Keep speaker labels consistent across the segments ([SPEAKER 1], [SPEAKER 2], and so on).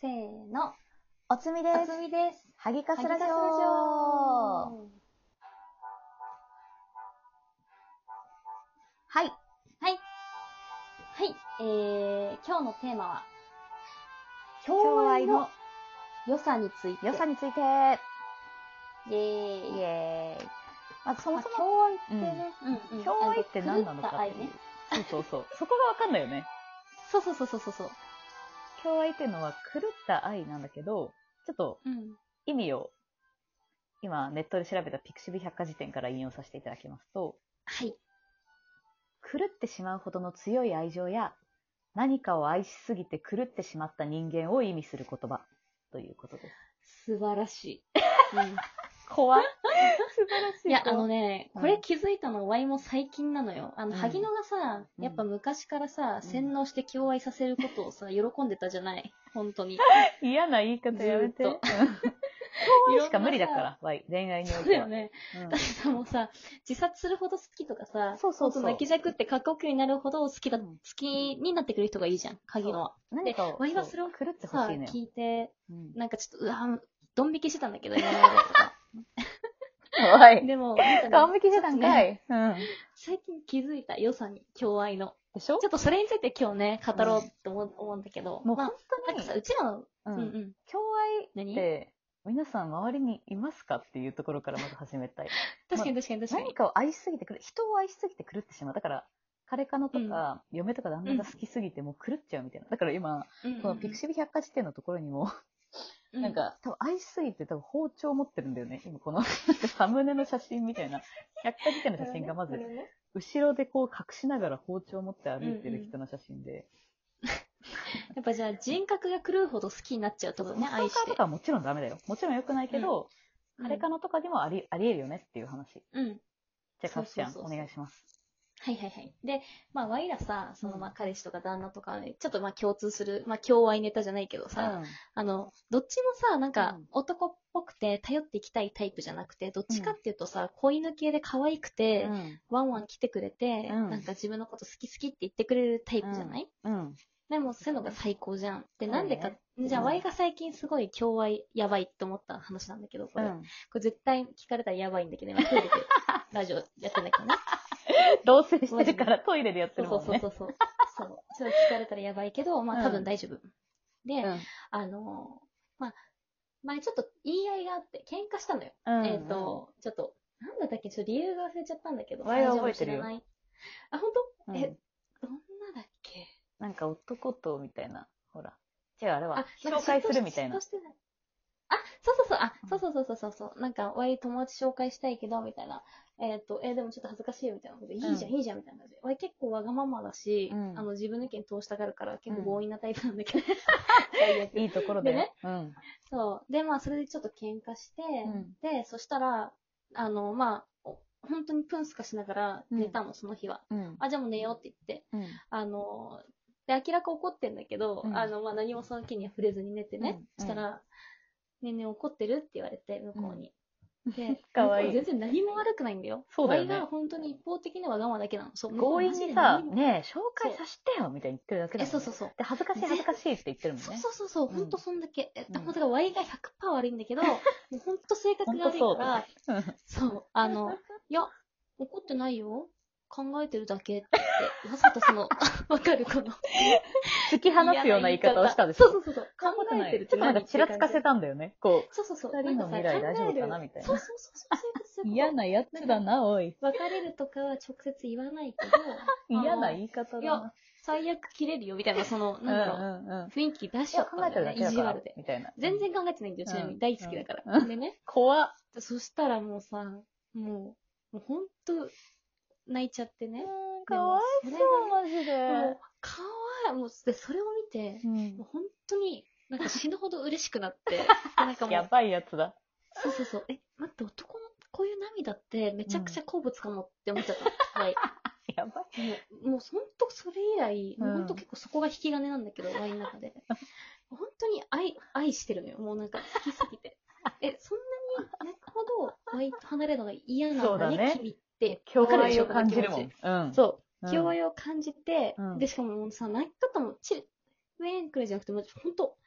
[SPEAKER 1] せーの。
[SPEAKER 2] おつみで
[SPEAKER 1] あ
[SPEAKER 2] す
[SPEAKER 1] つ。みです。
[SPEAKER 2] ハギカス
[SPEAKER 1] ハ
[SPEAKER 2] ラジオ
[SPEAKER 1] ギカスラジオ
[SPEAKER 2] はい。
[SPEAKER 1] はい。はい。えー、今日のテーマは、
[SPEAKER 2] 共
[SPEAKER 1] 共
[SPEAKER 2] 愛
[SPEAKER 1] 愛
[SPEAKER 2] の
[SPEAKER 1] の良さについて。
[SPEAKER 2] 良さについて、イ
[SPEAKER 1] イエーイ。
[SPEAKER 2] エーイ。まあ、そ
[SPEAKER 1] そ
[SPEAKER 2] も
[SPEAKER 1] も
[SPEAKER 2] そ
[SPEAKER 1] そ
[SPEAKER 2] も、
[SPEAKER 1] も、共愛ってね、うんうん
[SPEAKER 2] 共愛って何なの
[SPEAKER 1] 狂
[SPEAKER 2] か
[SPEAKER 1] った
[SPEAKER 2] っ
[SPEAKER 1] 愛
[SPEAKER 2] ていう
[SPEAKER 1] ね。
[SPEAKER 2] そうそうそう。そこがわかんないよね。
[SPEAKER 1] そうそうそうそうそうそう。
[SPEAKER 2] 共愛っていうのは狂った愛なんだけど、ちょっと
[SPEAKER 1] うん。
[SPEAKER 2] 意味を、今ネットで調べたピクシブ百科事典から引用させていただきますと、
[SPEAKER 1] はい。
[SPEAKER 2] 狂ってしまうほどの強い愛情や、何かを愛しすぎて狂ってしまった人間を意味する言葉ということです。
[SPEAKER 1] 素晴らしい。
[SPEAKER 2] 怖素晴らし
[SPEAKER 1] いや、あのね、
[SPEAKER 2] うん
[SPEAKER 1] これ気づいたの、ワイも最近なのよ。あの、
[SPEAKER 2] うん
[SPEAKER 1] 萩野がさ、
[SPEAKER 2] うん
[SPEAKER 1] やっぱ昔からさ、
[SPEAKER 2] うん
[SPEAKER 1] 洗脳して共愛させることをさ、喜んでたじゃ ない。本当に。
[SPEAKER 2] 嫌な言い方やめて。
[SPEAKER 1] ずーっと
[SPEAKER 2] 恋愛しか無理だか
[SPEAKER 1] いろんなさ。
[SPEAKER 2] ら、Y 恋愛にお
[SPEAKER 1] そ
[SPEAKER 2] いう
[SPEAKER 1] だ
[SPEAKER 2] ては。
[SPEAKER 1] よね。
[SPEAKER 2] う
[SPEAKER 1] だ
[SPEAKER 2] ん
[SPEAKER 1] ってさ、もうさ、自殺するほど好きとかさ、
[SPEAKER 2] そうそうそ
[SPEAKER 1] 本
[SPEAKER 2] う
[SPEAKER 1] 当泣きじゃくって過呼吸になるほど好きだ、
[SPEAKER 2] うん
[SPEAKER 1] 好きになってくる人がいいじゃん、萩野は。
[SPEAKER 2] 何かを
[SPEAKER 1] 割とそれを
[SPEAKER 2] 狂ってほ
[SPEAKER 1] さ
[SPEAKER 2] し
[SPEAKER 1] あ、
[SPEAKER 2] いね。
[SPEAKER 1] 聞いて、
[SPEAKER 2] うん
[SPEAKER 1] なんかちょっと、うわ、ドン引きしてたんだけど、今までと か。
[SPEAKER 2] 怖い。
[SPEAKER 1] でも、 なんかね
[SPEAKER 2] 顔向きしてた
[SPEAKER 1] ちょ
[SPEAKER 2] んか
[SPEAKER 1] っとね
[SPEAKER 2] い。うん。
[SPEAKER 1] 最近気づいた良さに、共愛の。
[SPEAKER 2] でしょ
[SPEAKER 1] ちょっとそれについて今日ね、語ろうって思う,、思うんだけど、
[SPEAKER 2] もう
[SPEAKER 1] ま
[SPEAKER 2] 本
[SPEAKER 1] あ、な
[SPEAKER 2] 当
[SPEAKER 1] んか
[SPEAKER 2] に
[SPEAKER 1] さ、、うちらの、
[SPEAKER 2] う
[SPEAKER 1] うんんうん。
[SPEAKER 2] 共愛っ
[SPEAKER 1] 何
[SPEAKER 2] て、皆さん周りにいますかっていうところからまず始めたい。
[SPEAKER 1] 確かに確かに確か
[SPEAKER 2] 何
[SPEAKER 1] に。
[SPEAKER 2] かを愛しすぎてくる、人を愛しすぎて狂ってしまう。だから、彼かのとか、嫁とか旦那が好きすぎてもう狂っちゃうみたいな。だから今、このピクシブ百科事典のところにも、
[SPEAKER 1] ブ
[SPEAKER 2] なん、か、多分愛しすぎて多分包丁持ってるんだよね。今この、サムネの写真みたいな、百科事典の写真がまず、後ろでこう隠しながら包丁持って歩いてる人の写真で、
[SPEAKER 1] やっぱじゃあ人格が狂うほど好きになっちゃうってことね、
[SPEAKER 2] スト
[SPEAKER 1] 愛
[SPEAKER 2] ーカ
[SPEAKER 1] し
[SPEAKER 2] ーと
[SPEAKER 1] て。
[SPEAKER 2] かはもちろんダメだよ。もちろん良くないけど、
[SPEAKER 1] うん
[SPEAKER 2] 彼かのとかでもあり、ありえるよねっていう話。
[SPEAKER 1] うん。
[SPEAKER 2] じゃあ、
[SPEAKER 1] そ
[SPEAKER 2] か
[SPEAKER 1] う
[SPEAKER 2] つち
[SPEAKER 1] そう
[SPEAKER 2] ゃ、
[SPEAKER 1] そうんそう
[SPEAKER 2] お願いします。
[SPEAKER 1] はいはいはい。で、まあ、ワイらさ、その、
[SPEAKER 2] うん
[SPEAKER 1] まあ、彼氏とか旦那とか、ちょっとまあ、共通する、まあ、共愛ネタじゃないけどさ、あの、どっちもさ、なんか
[SPEAKER 2] うん、
[SPEAKER 1] 男っぽくて頼っていきたいタイプじゃなくて、どっちかっていうとさ、子犬系で可愛くて、
[SPEAKER 2] うん。
[SPEAKER 1] ワンワン来てくれて、
[SPEAKER 2] うん
[SPEAKER 1] なんか自分のこと好き好きって言ってくれるタイプじゃない、
[SPEAKER 2] うん。
[SPEAKER 1] でもそういうのが最高じゃん。で、
[SPEAKER 2] そうね
[SPEAKER 1] なんでか、じゃあ、
[SPEAKER 2] うん
[SPEAKER 1] ワイが最近すごい共愛やばいって思った話なんだけど、こ
[SPEAKER 2] う
[SPEAKER 1] れ。
[SPEAKER 2] ん。
[SPEAKER 1] これ絶対聞かれたらやばいんだけど、 今トイレでラジオやってないからね。
[SPEAKER 2] 同棲してるからトイレでやって
[SPEAKER 1] そう
[SPEAKER 2] る
[SPEAKER 1] そ
[SPEAKER 2] も
[SPEAKER 1] うんそう
[SPEAKER 2] ね。
[SPEAKER 1] そう。そう、ちょっと聞かれたらやばいけど、まあ多分大丈夫。で、あのーまあ、前ちょっと言い合いがあって、喧嘩したのよ。
[SPEAKER 2] うん
[SPEAKER 1] えっ、、と、ちょっと、なんだったっけ、ちょっと理由が忘れちゃったんだけど、
[SPEAKER 2] 我々
[SPEAKER 1] 大
[SPEAKER 2] は
[SPEAKER 1] 丈夫
[SPEAKER 2] 覚えてるよ
[SPEAKER 1] 知らないあ、本
[SPEAKER 2] う
[SPEAKER 1] 当、
[SPEAKER 2] ん
[SPEAKER 1] え、どんなだっけ
[SPEAKER 2] なんか男とみたいな、ほら。違う、あれは。
[SPEAKER 1] なん
[SPEAKER 2] 紹
[SPEAKER 1] か
[SPEAKER 2] 介するみたいな
[SPEAKER 1] 嫉妬。していあ、そうそうそう、あ、そうそうそうそうそうそう、なんか、わい友達紹介したいけど、みたいな。えっ、と、えでもちょっと恥ずかしいよ、みたいなことで、いいじゃん、いいじゃん、みたいな感じで。わい結構わがままだし、
[SPEAKER 2] うん
[SPEAKER 1] あの、自分の意見通したがるから、結構
[SPEAKER 2] うん
[SPEAKER 1] 強引なタイプなんだけど。
[SPEAKER 2] いいところだよ
[SPEAKER 1] でね。
[SPEAKER 2] うん。
[SPEAKER 1] そう。で、まあ、それでちょっと喧嘩して、
[SPEAKER 2] うん
[SPEAKER 1] で、そしたら、あの、まあ、お本当にプンスカしながら寝たの、その日は。
[SPEAKER 2] うん。
[SPEAKER 1] あ、じゃあもう寝ようって言って、
[SPEAKER 2] うん。
[SPEAKER 1] あの、で、明らか怒ってんだけど、
[SPEAKER 2] うん
[SPEAKER 1] あの、まあ、何もその気には触れずに寝てね。
[SPEAKER 2] うん
[SPEAKER 1] したら、ねえねえ怒ってるって言われて、向こうに。で
[SPEAKER 2] 、かわい
[SPEAKER 1] 向
[SPEAKER 2] い
[SPEAKER 1] こうは全然何も悪くないんだよ。
[SPEAKER 2] そうだよね
[SPEAKER 1] お前が本当に一方的なわがままだけなの。そう、向こう
[SPEAKER 2] 強引
[SPEAKER 1] マジ
[SPEAKER 2] に
[SPEAKER 1] で
[SPEAKER 2] さ
[SPEAKER 1] 何、も
[SPEAKER 2] ねえ、紹介させてよみたいに言ってるだけだ
[SPEAKER 1] え、
[SPEAKER 2] もん
[SPEAKER 1] そ
[SPEAKER 2] ね
[SPEAKER 1] うそうそう。
[SPEAKER 2] で、恥ずかしい恥ずかしいって言ってるもん
[SPEAKER 1] そう
[SPEAKER 2] ね。
[SPEAKER 1] そうそうそう、
[SPEAKER 2] うん
[SPEAKER 1] ほんとそんだけ。え
[SPEAKER 2] うん
[SPEAKER 1] 本当が Y が100%悪いんだけ ど、もうほんと性格が悪い
[SPEAKER 2] ほんとそう
[SPEAKER 1] か
[SPEAKER 2] だ
[SPEAKER 1] ら、
[SPEAKER 2] うん
[SPEAKER 1] そう、あの、いや、怒ってないよ。考えてるだけって、わざとその、 わかるこの。
[SPEAKER 2] 突き放すような言い方をしたでし
[SPEAKER 1] そ
[SPEAKER 2] ょ
[SPEAKER 1] うそうそうそう。考えてる
[SPEAKER 2] ちょっとなんかちらつかせ
[SPEAKER 1] た。
[SPEAKER 2] たんだよね。こ
[SPEAKER 1] そうそうそう。
[SPEAKER 2] 二人の未来大丈夫かなみたいな
[SPEAKER 1] そうそうそうそうそう
[SPEAKER 2] う。
[SPEAKER 1] いう。
[SPEAKER 2] 嫌なやつだな、おい。
[SPEAKER 1] 別れるとかは直接 言わないけど、
[SPEAKER 2] 嫌な言い方だ
[SPEAKER 1] いや
[SPEAKER 2] な。、
[SPEAKER 1] 最悪切れるよみたいな、その、
[SPEAKER 2] うんう
[SPEAKER 1] なんだろう。
[SPEAKER 2] んうん。
[SPEAKER 1] 雰囲気出し
[SPEAKER 2] い
[SPEAKER 1] ちゃ
[SPEAKER 2] や
[SPEAKER 1] った
[SPEAKER 2] 考え
[SPEAKER 1] ん
[SPEAKER 2] てる
[SPEAKER 1] だよ
[SPEAKER 2] だ
[SPEAKER 1] ね、
[SPEAKER 2] け
[SPEAKER 1] 意
[SPEAKER 2] だ
[SPEAKER 1] 地
[SPEAKER 2] から
[SPEAKER 1] 悪で。。
[SPEAKER 2] みたいな。
[SPEAKER 1] 全然考えてないんだよ、ちなみ
[SPEAKER 2] うん
[SPEAKER 1] に。大好きだから。
[SPEAKER 2] う
[SPEAKER 1] でね、
[SPEAKER 2] 怖っ。
[SPEAKER 1] そしたらもうさ、もう、もうほんと、泣いちゃってね。
[SPEAKER 2] かわいそう、マジで。
[SPEAKER 1] もう、かわいい。もう、で、それを見て、
[SPEAKER 2] うん
[SPEAKER 1] もう本当に、なんか死ぬほど嬉しくな って、でなんかも
[SPEAKER 2] や
[SPEAKER 1] う、
[SPEAKER 2] ばいやつだ。
[SPEAKER 1] そうそうそう、え、待って、男のこういう涙ってめちゃくちゃ好物かもって思っちゃったの。はい。
[SPEAKER 2] やばい。
[SPEAKER 1] もう、もう本当それ以来、
[SPEAKER 2] うん
[SPEAKER 1] もう本当結構そこが引き金なんだけど、ワインの中で。本当に愛、愛してるのよ。もうなんか好きすぎて。え、そんなに泣くほど、ワインと離れるのが嫌なんだ
[SPEAKER 2] そう
[SPEAKER 1] ね、
[SPEAKER 2] だね
[SPEAKER 1] 君って。
[SPEAKER 2] 今
[SPEAKER 1] わか
[SPEAKER 2] 日
[SPEAKER 1] でし
[SPEAKER 2] 愛
[SPEAKER 1] ょ
[SPEAKER 2] を感じるも
[SPEAKER 1] この
[SPEAKER 2] ん。う
[SPEAKER 1] 気持
[SPEAKER 2] ん。
[SPEAKER 1] ちそうう。
[SPEAKER 2] ん
[SPEAKER 1] 共愛を感じて、
[SPEAKER 2] うん
[SPEAKER 1] で、しかももうさ、泣き方もチル、ウェーンくらいじゃなくて、もう本当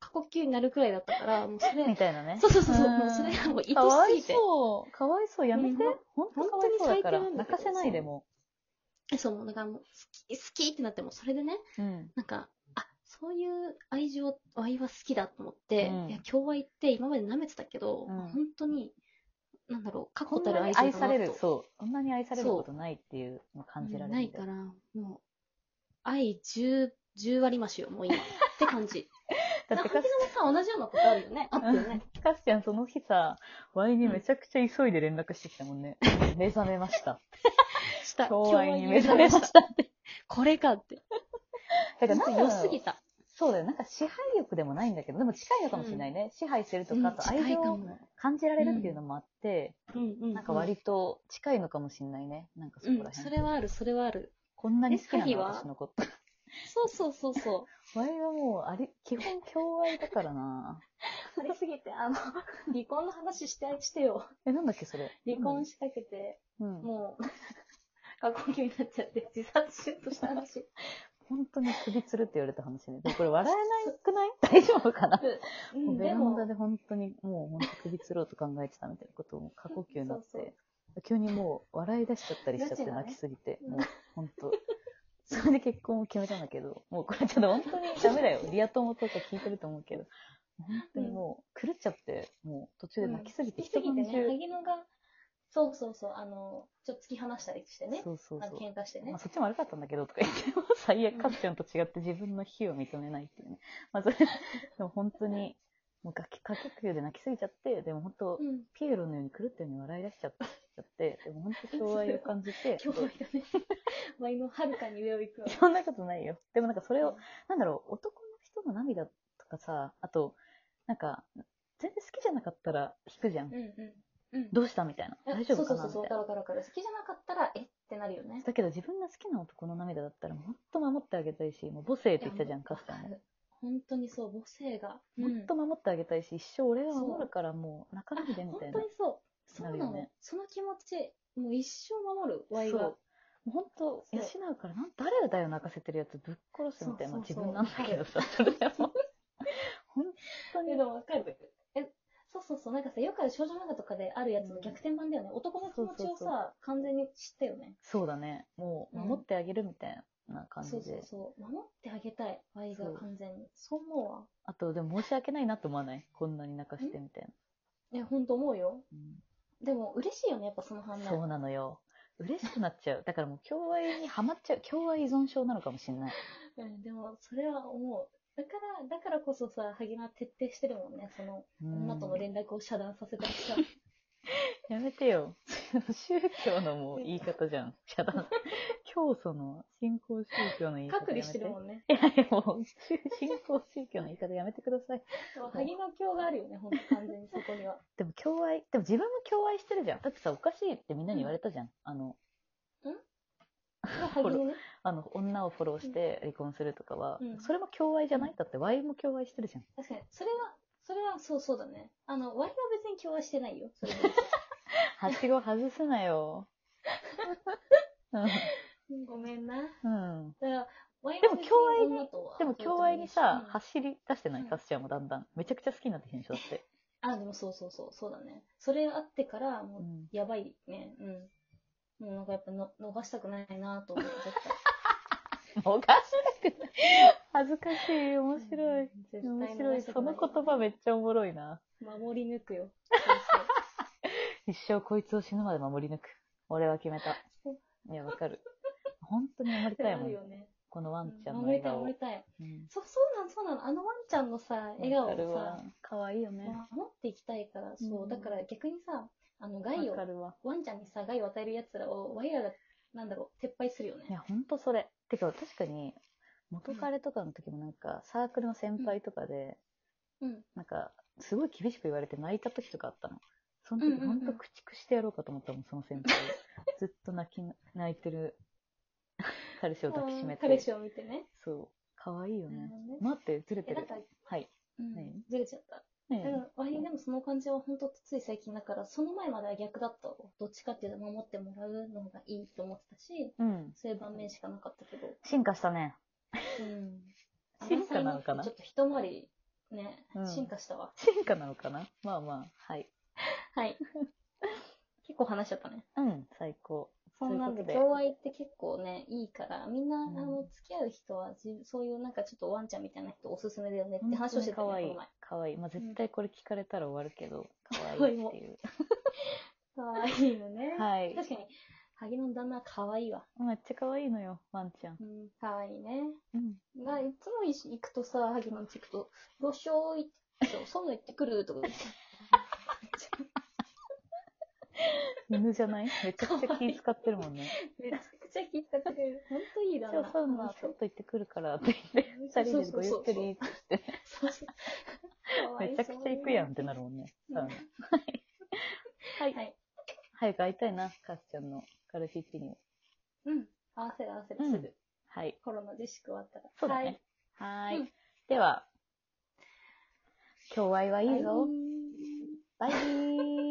[SPEAKER 1] 過呼吸になるくらいだったから、もうそれ
[SPEAKER 2] み、たいなね。
[SPEAKER 1] そうそうそうそう、
[SPEAKER 2] ん
[SPEAKER 1] もうそれがもう
[SPEAKER 2] かわ
[SPEAKER 1] 愛
[SPEAKER 2] い
[SPEAKER 1] しすぎて。
[SPEAKER 2] そう。かわいそう。やめて
[SPEAKER 1] うん。
[SPEAKER 2] 本当かわいそ
[SPEAKER 1] 本
[SPEAKER 2] うだから。
[SPEAKER 1] 当に最低なんだ
[SPEAKER 2] 泣
[SPEAKER 1] けど
[SPEAKER 2] かせないでも
[SPEAKER 1] えそう、もうだからもう、好き、好きってなっても、それでね、
[SPEAKER 2] う。うん。
[SPEAKER 1] なんか、あ、そういう愛情、愛は好きだと思って、
[SPEAKER 2] うん
[SPEAKER 1] いや、共愛って今まで舐めてたけど、
[SPEAKER 2] うん
[SPEAKER 1] 本当に、なんだろう、確
[SPEAKER 2] こ
[SPEAKER 1] 固
[SPEAKER 2] ん
[SPEAKER 1] たる
[SPEAKER 2] な
[SPEAKER 1] 愛
[SPEAKER 2] に
[SPEAKER 1] 情だな
[SPEAKER 2] 愛
[SPEAKER 1] と
[SPEAKER 2] される、そう。こんなに愛されることないっていうのを感じられる。
[SPEAKER 1] ないから、もう、愛10、10割増しよ、もう 今。って感じ。
[SPEAKER 2] だってか
[SPEAKER 1] な、んかさ、同じようなことあるよね。あったよね。
[SPEAKER 2] かすちゃんその日さ、ワイにめちゃくちゃ急いで連絡してきたもんね。目覚めました。
[SPEAKER 1] した。
[SPEAKER 2] 共愛
[SPEAKER 1] 共愛
[SPEAKER 2] に
[SPEAKER 1] に目覚めましたって。これかって。
[SPEAKER 2] だか
[SPEAKER 1] ちょ
[SPEAKER 2] ら
[SPEAKER 1] っ
[SPEAKER 2] な
[SPEAKER 1] と
[SPEAKER 2] んだろ
[SPEAKER 1] 良
[SPEAKER 2] う
[SPEAKER 1] すぎた。
[SPEAKER 2] そうだよ。なんか支配力でもないんだけど、でも近いのかもしれないね。支配してるとか、あと
[SPEAKER 1] うん
[SPEAKER 2] 愛
[SPEAKER 1] 近い
[SPEAKER 2] 情
[SPEAKER 1] か
[SPEAKER 2] を
[SPEAKER 1] も。
[SPEAKER 2] 感じられるっていうのもあって、
[SPEAKER 1] うんうん。
[SPEAKER 2] なんか割と近いのかもしれないね。なんかそ
[SPEAKER 1] うん
[SPEAKER 2] こら辺。
[SPEAKER 1] それはある、それはある。
[SPEAKER 2] こんなに好きな
[SPEAKER 1] えサヒ
[SPEAKER 2] の
[SPEAKER 1] は
[SPEAKER 2] 私のこと。
[SPEAKER 1] そうそうそうそう。
[SPEAKER 2] ワイはもう、あれ、基本共愛だからな。
[SPEAKER 1] ありすぎて、あの、 離婚の話して、してよ。
[SPEAKER 2] え、なんだっけ、それ。
[SPEAKER 1] 離婚しかけて、
[SPEAKER 2] うん。うん
[SPEAKER 1] もう、 過呼吸になっちゃって、自殺しようとした話。
[SPEAKER 2] 本当に首つるって言われた 話ね。でもこれ笑えなくない 大丈夫かな
[SPEAKER 1] う、
[SPEAKER 2] もうんベラ
[SPEAKER 1] で
[SPEAKER 2] ン
[SPEAKER 1] も
[SPEAKER 2] ダ、で本当に、もう本当首つろうと考えてたみたいなことをもう過呼吸になっ
[SPEAKER 1] そう
[SPEAKER 2] て、急にもう笑い出しちゃったりしちゃっ
[SPEAKER 1] ガ
[SPEAKER 2] て
[SPEAKER 1] チなね
[SPEAKER 2] 泣きすぎて、
[SPEAKER 1] うん
[SPEAKER 2] もう本当。 それで結婚を決めたんだけど、もうこれちょっと本当にダメだよ。リア友とか聞いてると思うけど、本当にもう狂っちゃって、もう途中で泣きすぎて、
[SPEAKER 1] 行き過ぎてね、
[SPEAKER 2] 晩中
[SPEAKER 1] 萩野が、そうそうそう、あの、ちょっと突き放したりしてね、
[SPEAKER 2] そうそう
[SPEAKER 1] あの
[SPEAKER 2] そう。
[SPEAKER 1] 喧嘩してね
[SPEAKER 2] まあ、。そっちも悪かったんだけどとか言って、最悪かっちゃんと違って自分の非を認めないっていうね。まあ、 それ、でも本当に、もうガキ、かけくよで泣きすぎちゃって、でも本当
[SPEAKER 1] う、ん。
[SPEAKER 2] ピエロのように狂ったように笑い出しちゃっちゃって、でも本当共愛を感じて、
[SPEAKER 1] 今日はね、前のはるかに上を行くわ。
[SPEAKER 2] そんなことないよ。でもなんかそれ
[SPEAKER 1] う
[SPEAKER 2] を
[SPEAKER 1] ん、
[SPEAKER 2] なんだろう、男の人の涙とかさ、あと、なんか、全然好きじゃなかったら引くじゃん
[SPEAKER 1] う。んうん。うん。
[SPEAKER 2] どうしたみたいな。大丈夫かな
[SPEAKER 1] そう
[SPEAKER 2] み
[SPEAKER 1] そうそう、
[SPEAKER 2] た
[SPEAKER 1] わ
[SPEAKER 2] い
[SPEAKER 1] かる
[SPEAKER 2] な。
[SPEAKER 1] わかるわかる。好きじゃなかったら、えってなるよね。
[SPEAKER 2] だけど自分が好きな男の涙だったら、もっと守ってあげたいし、もう母性って言ったじゃん、かつても。
[SPEAKER 1] 本当にそう、母性が。
[SPEAKER 2] もっと守ってあげたいし、一生俺が守るからもう泣かないでみた
[SPEAKER 1] 本
[SPEAKER 2] いな。
[SPEAKER 1] 当
[SPEAKER 2] も
[SPEAKER 1] にそう。そう
[SPEAKER 2] な
[SPEAKER 1] な
[SPEAKER 2] るよ
[SPEAKER 1] の。
[SPEAKER 2] ね
[SPEAKER 1] その気持ち、もう一生守る、ワイ
[SPEAKER 2] そ
[SPEAKER 1] が
[SPEAKER 2] う。う本当、養うからなん、誰だよ泣かせてるやつぶっ殺すみたいな、
[SPEAKER 1] そうそうそう
[SPEAKER 2] まあ自分なんだけどさ、それで も。本当に。
[SPEAKER 1] え、でもわかる。え、そうそうそう、なんかさ、よくある少女漫画とかであるやつの逆転版だよね。男の気持ち
[SPEAKER 2] そ
[SPEAKER 1] を
[SPEAKER 2] うそうそ
[SPEAKER 1] さ、完全に知ったよね。
[SPEAKER 2] そうだね。もう、
[SPEAKER 1] うん
[SPEAKER 2] 守ってあげるみたいな感じ
[SPEAKER 1] そ
[SPEAKER 2] で。
[SPEAKER 1] うそうそう。守ってあげたい、ワイが
[SPEAKER 2] そう
[SPEAKER 1] 完全に。そう思うわ。
[SPEAKER 2] あと、でも申し訳ないなと思わないこんなに泣かしてみたいな。
[SPEAKER 1] え、ほんと思うよ。
[SPEAKER 2] うん
[SPEAKER 1] でも、嬉しいよね、やっぱその反
[SPEAKER 2] そう
[SPEAKER 1] 応。
[SPEAKER 2] なのよ。嬉しくなっちゃう。だからもう、共愛にはまっちゃう。共愛依存症なのかもしれない。
[SPEAKER 1] うん、でも、それは思う。だから、だからこそさ、萩野は徹底してるもんね。その、
[SPEAKER 2] うん
[SPEAKER 1] 女との連絡を遮断させたり さ。
[SPEAKER 2] やめてよ。 宗教のもう言い方じ ゃん。遮断。教祖の信仰宗教の言い方
[SPEAKER 1] 隔離してるも
[SPEAKER 2] ん。
[SPEAKER 1] ん ね。
[SPEAKER 2] いやいや、もう、信仰宗教の言い方やめてください。
[SPEAKER 1] でも萩野教があるよね、ほんと完全にそこには。
[SPEAKER 2] でも、共愛、でも自分も共愛してるじゃん。だってさ、おかしいってみんなに言われたじゃん。あの、
[SPEAKER 1] 萩野ね。
[SPEAKER 2] あの、女をフォローして離婚するとかは、
[SPEAKER 1] うん
[SPEAKER 2] それも共愛じゃないだって、ワイも共愛してるじゃん。
[SPEAKER 1] 確かに、それは、それはそうそうだね。あの、割は別に共和してない よ。それで
[SPEAKER 2] はしご外すなよ。
[SPEAKER 1] う
[SPEAKER 2] う
[SPEAKER 1] んごめんな。
[SPEAKER 2] ん。うん。
[SPEAKER 1] だから、割
[SPEAKER 2] でも共愛にでも、共
[SPEAKER 1] 共
[SPEAKER 2] 愛にさ、
[SPEAKER 1] は
[SPEAKER 2] 走り出してな
[SPEAKER 1] う
[SPEAKER 2] い、
[SPEAKER 1] ん
[SPEAKER 2] カスちゃんもだんだん。めちゃくちゃ好きになってきたでしょ、だって。
[SPEAKER 1] あ、でもそうそうそう、そうだね。それあってから、も
[SPEAKER 2] う
[SPEAKER 1] う、
[SPEAKER 2] ん
[SPEAKER 1] やばいね。うん。もうなんかやっぱの逃したくないなと思って、絶対。
[SPEAKER 2] おかしなくない。恥ずかしい、面白い。。
[SPEAKER 1] 絶対
[SPEAKER 2] 面白い。
[SPEAKER 1] 逃した
[SPEAKER 2] そ
[SPEAKER 1] くな
[SPEAKER 2] の言葉めっちゃおもろいな。
[SPEAKER 1] 守り抜くよ。
[SPEAKER 2] 一生こいつを死ぬまで守り抜く。俺は決めた。いや、わかる。本当に守り
[SPEAKER 1] そうそう。
[SPEAKER 2] た
[SPEAKER 1] あ
[SPEAKER 2] いも
[SPEAKER 1] る
[SPEAKER 2] ん
[SPEAKER 1] よ。ね。
[SPEAKER 2] このワンちゃんの
[SPEAKER 1] 守り
[SPEAKER 2] 笑
[SPEAKER 1] たい、
[SPEAKER 2] 顔。
[SPEAKER 1] 守りたい。
[SPEAKER 2] うん
[SPEAKER 1] そう、そうなん、そうなの。あのワンちゃんのさ、笑顔
[SPEAKER 2] わかる
[SPEAKER 1] をさ
[SPEAKER 2] わ、。可愛いよね。
[SPEAKER 1] 守っていきたいから、そうう、
[SPEAKER 2] ん
[SPEAKER 1] だから逆にさ、あの、害を
[SPEAKER 2] わかるわ。
[SPEAKER 1] ワンちゃんにさ、害を与えるやつらを、ワイらが、なんだろう、撤廃するよ
[SPEAKER 2] い
[SPEAKER 1] ね。
[SPEAKER 2] や、ほんとそれ。てか、確かに、元彼とかの時もなんか、サークルの先輩とかで、
[SPEAKER 1] うん。
[SPEAKER 2] なんか、すごい厳しく言われて泣いた時とかあったの。その時、
[SPEAKER 1] うんうんう
[SPEAKER 2] ほ
[SPEAKER 1] ん
[SPEAKER 2] んと駆逐してやろうかと思ったもん、その先輩。 ずっと泣き、泣いてる彼氏を抱きしめて。
[SPEAKER 1] 彼氏を見てね。
[SPEAKER 2] そう。可愛いよ
[SPEAKER 1] なる
[SPEAKER 2] ね
[SPEAKER 1] ほどね。
[SPEAKER 2] 待って、ずれて
[SPEAKER 1] え、な
[SPEAKER 2] る
[SPEAKER 1] ん。か、
[SPEAKER 2] はい。
[SPEAKER 1] うん
[SPEAKER 2] 何
[SPEAKER 1] ずれちゃった。
[SPEAKER 2] ね
[SPEAKER 1] だか
[SPEAKER 2] え
[SPEAKER 1] ら、ワイでもその感じは本当つい最近だから、その前までは逆だったわどっちかっていうと、守ってもらうのがいいと思ってたし、
[SPEAKER 2] うん。
[SPEAKER 1] そういう場面しかなかったけど。
[SPEAKER 2] 進化したね。
[SPEAKER 1] うん。
[SPEAKER 2] 進化なのかな
[SPEAKER 1] あ才能ってちょっと一回りね、
[SPEAKER 2] うん
[SPEAKER 1] 進化したわ。
[SPEAKER 2] 進化なのかなまあまあ、はい。
[SPEAKER 1] はい。 結構話しちゃったね。
[SPEAKER 2] うん、最高。
[SPEAKER 1] そんなんで、
[SPEAKER 2] とい
[SPEAKER 1] 情
[SPEAKER 2] う
[SPEAKER 1] 愛って結構ね、いいから、みんな、
[SPEAKER 2] うん
[SPEAKER 1] あの、付き合う人はじ、そういうなんかちょっとワンちゃんみたいな人おすすめだよねっ
[SPEAKER 2] こと
[SPEAKER 1] て
[SPEAKER 2] で、
[SPEAKER 1] 話をしてた
[SPEAKER 2] か
[SPEAKER 1] よ
[SPEAKER 2] わ
[SPEAKER 1] ね、
[SPEAKER 2] い
[SPEAKER 1] こ
[SPEAKER 2] い
[SPEAKER 1] の前。。
[SPEAKER 2] かわいい。まあ絶対これ聞かれたら終わるけど、か
[SPEAKER 1] 可
[SPEAKER 2] わ
[SPEAKER 1] 愛
[SPEAKER 2] い
[SPEAKER 1] い
[SPEAKER 2] い
[SPEAKER 1] も
[SPEAKER 2] っていう。
[SPEAKER 1] 可愛いよね。
[SPEAKER 2] はい
[SPEAKER 1] 確かに、ハギの旦那可愛いわ。
[SPEAKER 2] めっちゃかわいいのよ、ワンちゃん。
[SPEAKER 1] うん、可愛いね。
[SPEAKER 2] うん。
[SPEAKER 1] が、いつも一緒に行くとさ、ハギの家行くと、よっしょーいって、そんな行ってくるとか言って。
[SPEAKER 2] 犬じゃないめちゃくちゃ気使ってるもんね。
[SPEAKER 1] めちゃくちゃ気遣ってくれる。ほんといい
[SPEAKER 2] じ
[SPEAKER 1] だ
[SPEAKER 2] ゃ
[SPEAKER 1] な。
[SPEAKER 2] あサウナ、ちょっと行ってくるからって言って、
[SPEAKER 1] そ
[SPEAKER 2] 二
[SPEAKER 1] うそう
[SPEAKER 2] 人で
[SPEAKER 1] そ
[SPEAKER 2] ご
[SPEAKER 1] う
[SPEAKER 2] ゆっ
[SPEAKER 1] そう
[SPEAKER 2] くりってして、
[SPEAKER 1] そうそう かわい
[SPEAKER 2] め
[SPEAKER 1] そう
[SPEAKER 2] ちゃくちゃ行くやんってなるもんね、サウナ。はい。
[SPEAKER 1] は
[SPEAKER 2] はいい。早く会いたいな、カスちゃんのカルフィッチにも。
[SPEAKER 1] うん。合わせる合わせる、
[SPEAKER 2] うん
[SPEAKER 1] すぐ。
[SPEAKER 2] はい。
[SPEAKER 1] コロナ自粛終わったら。
[SPEAKER 2] そうだね。はーい。
[SPEAKER 1] うん
[SPEAKER 2] では、今日はいい
[SPEAKER 1] はい。
[SPEAKER 2] ぞ。
[SPEAKER 1] はい
[SPEAKER 2] バイビー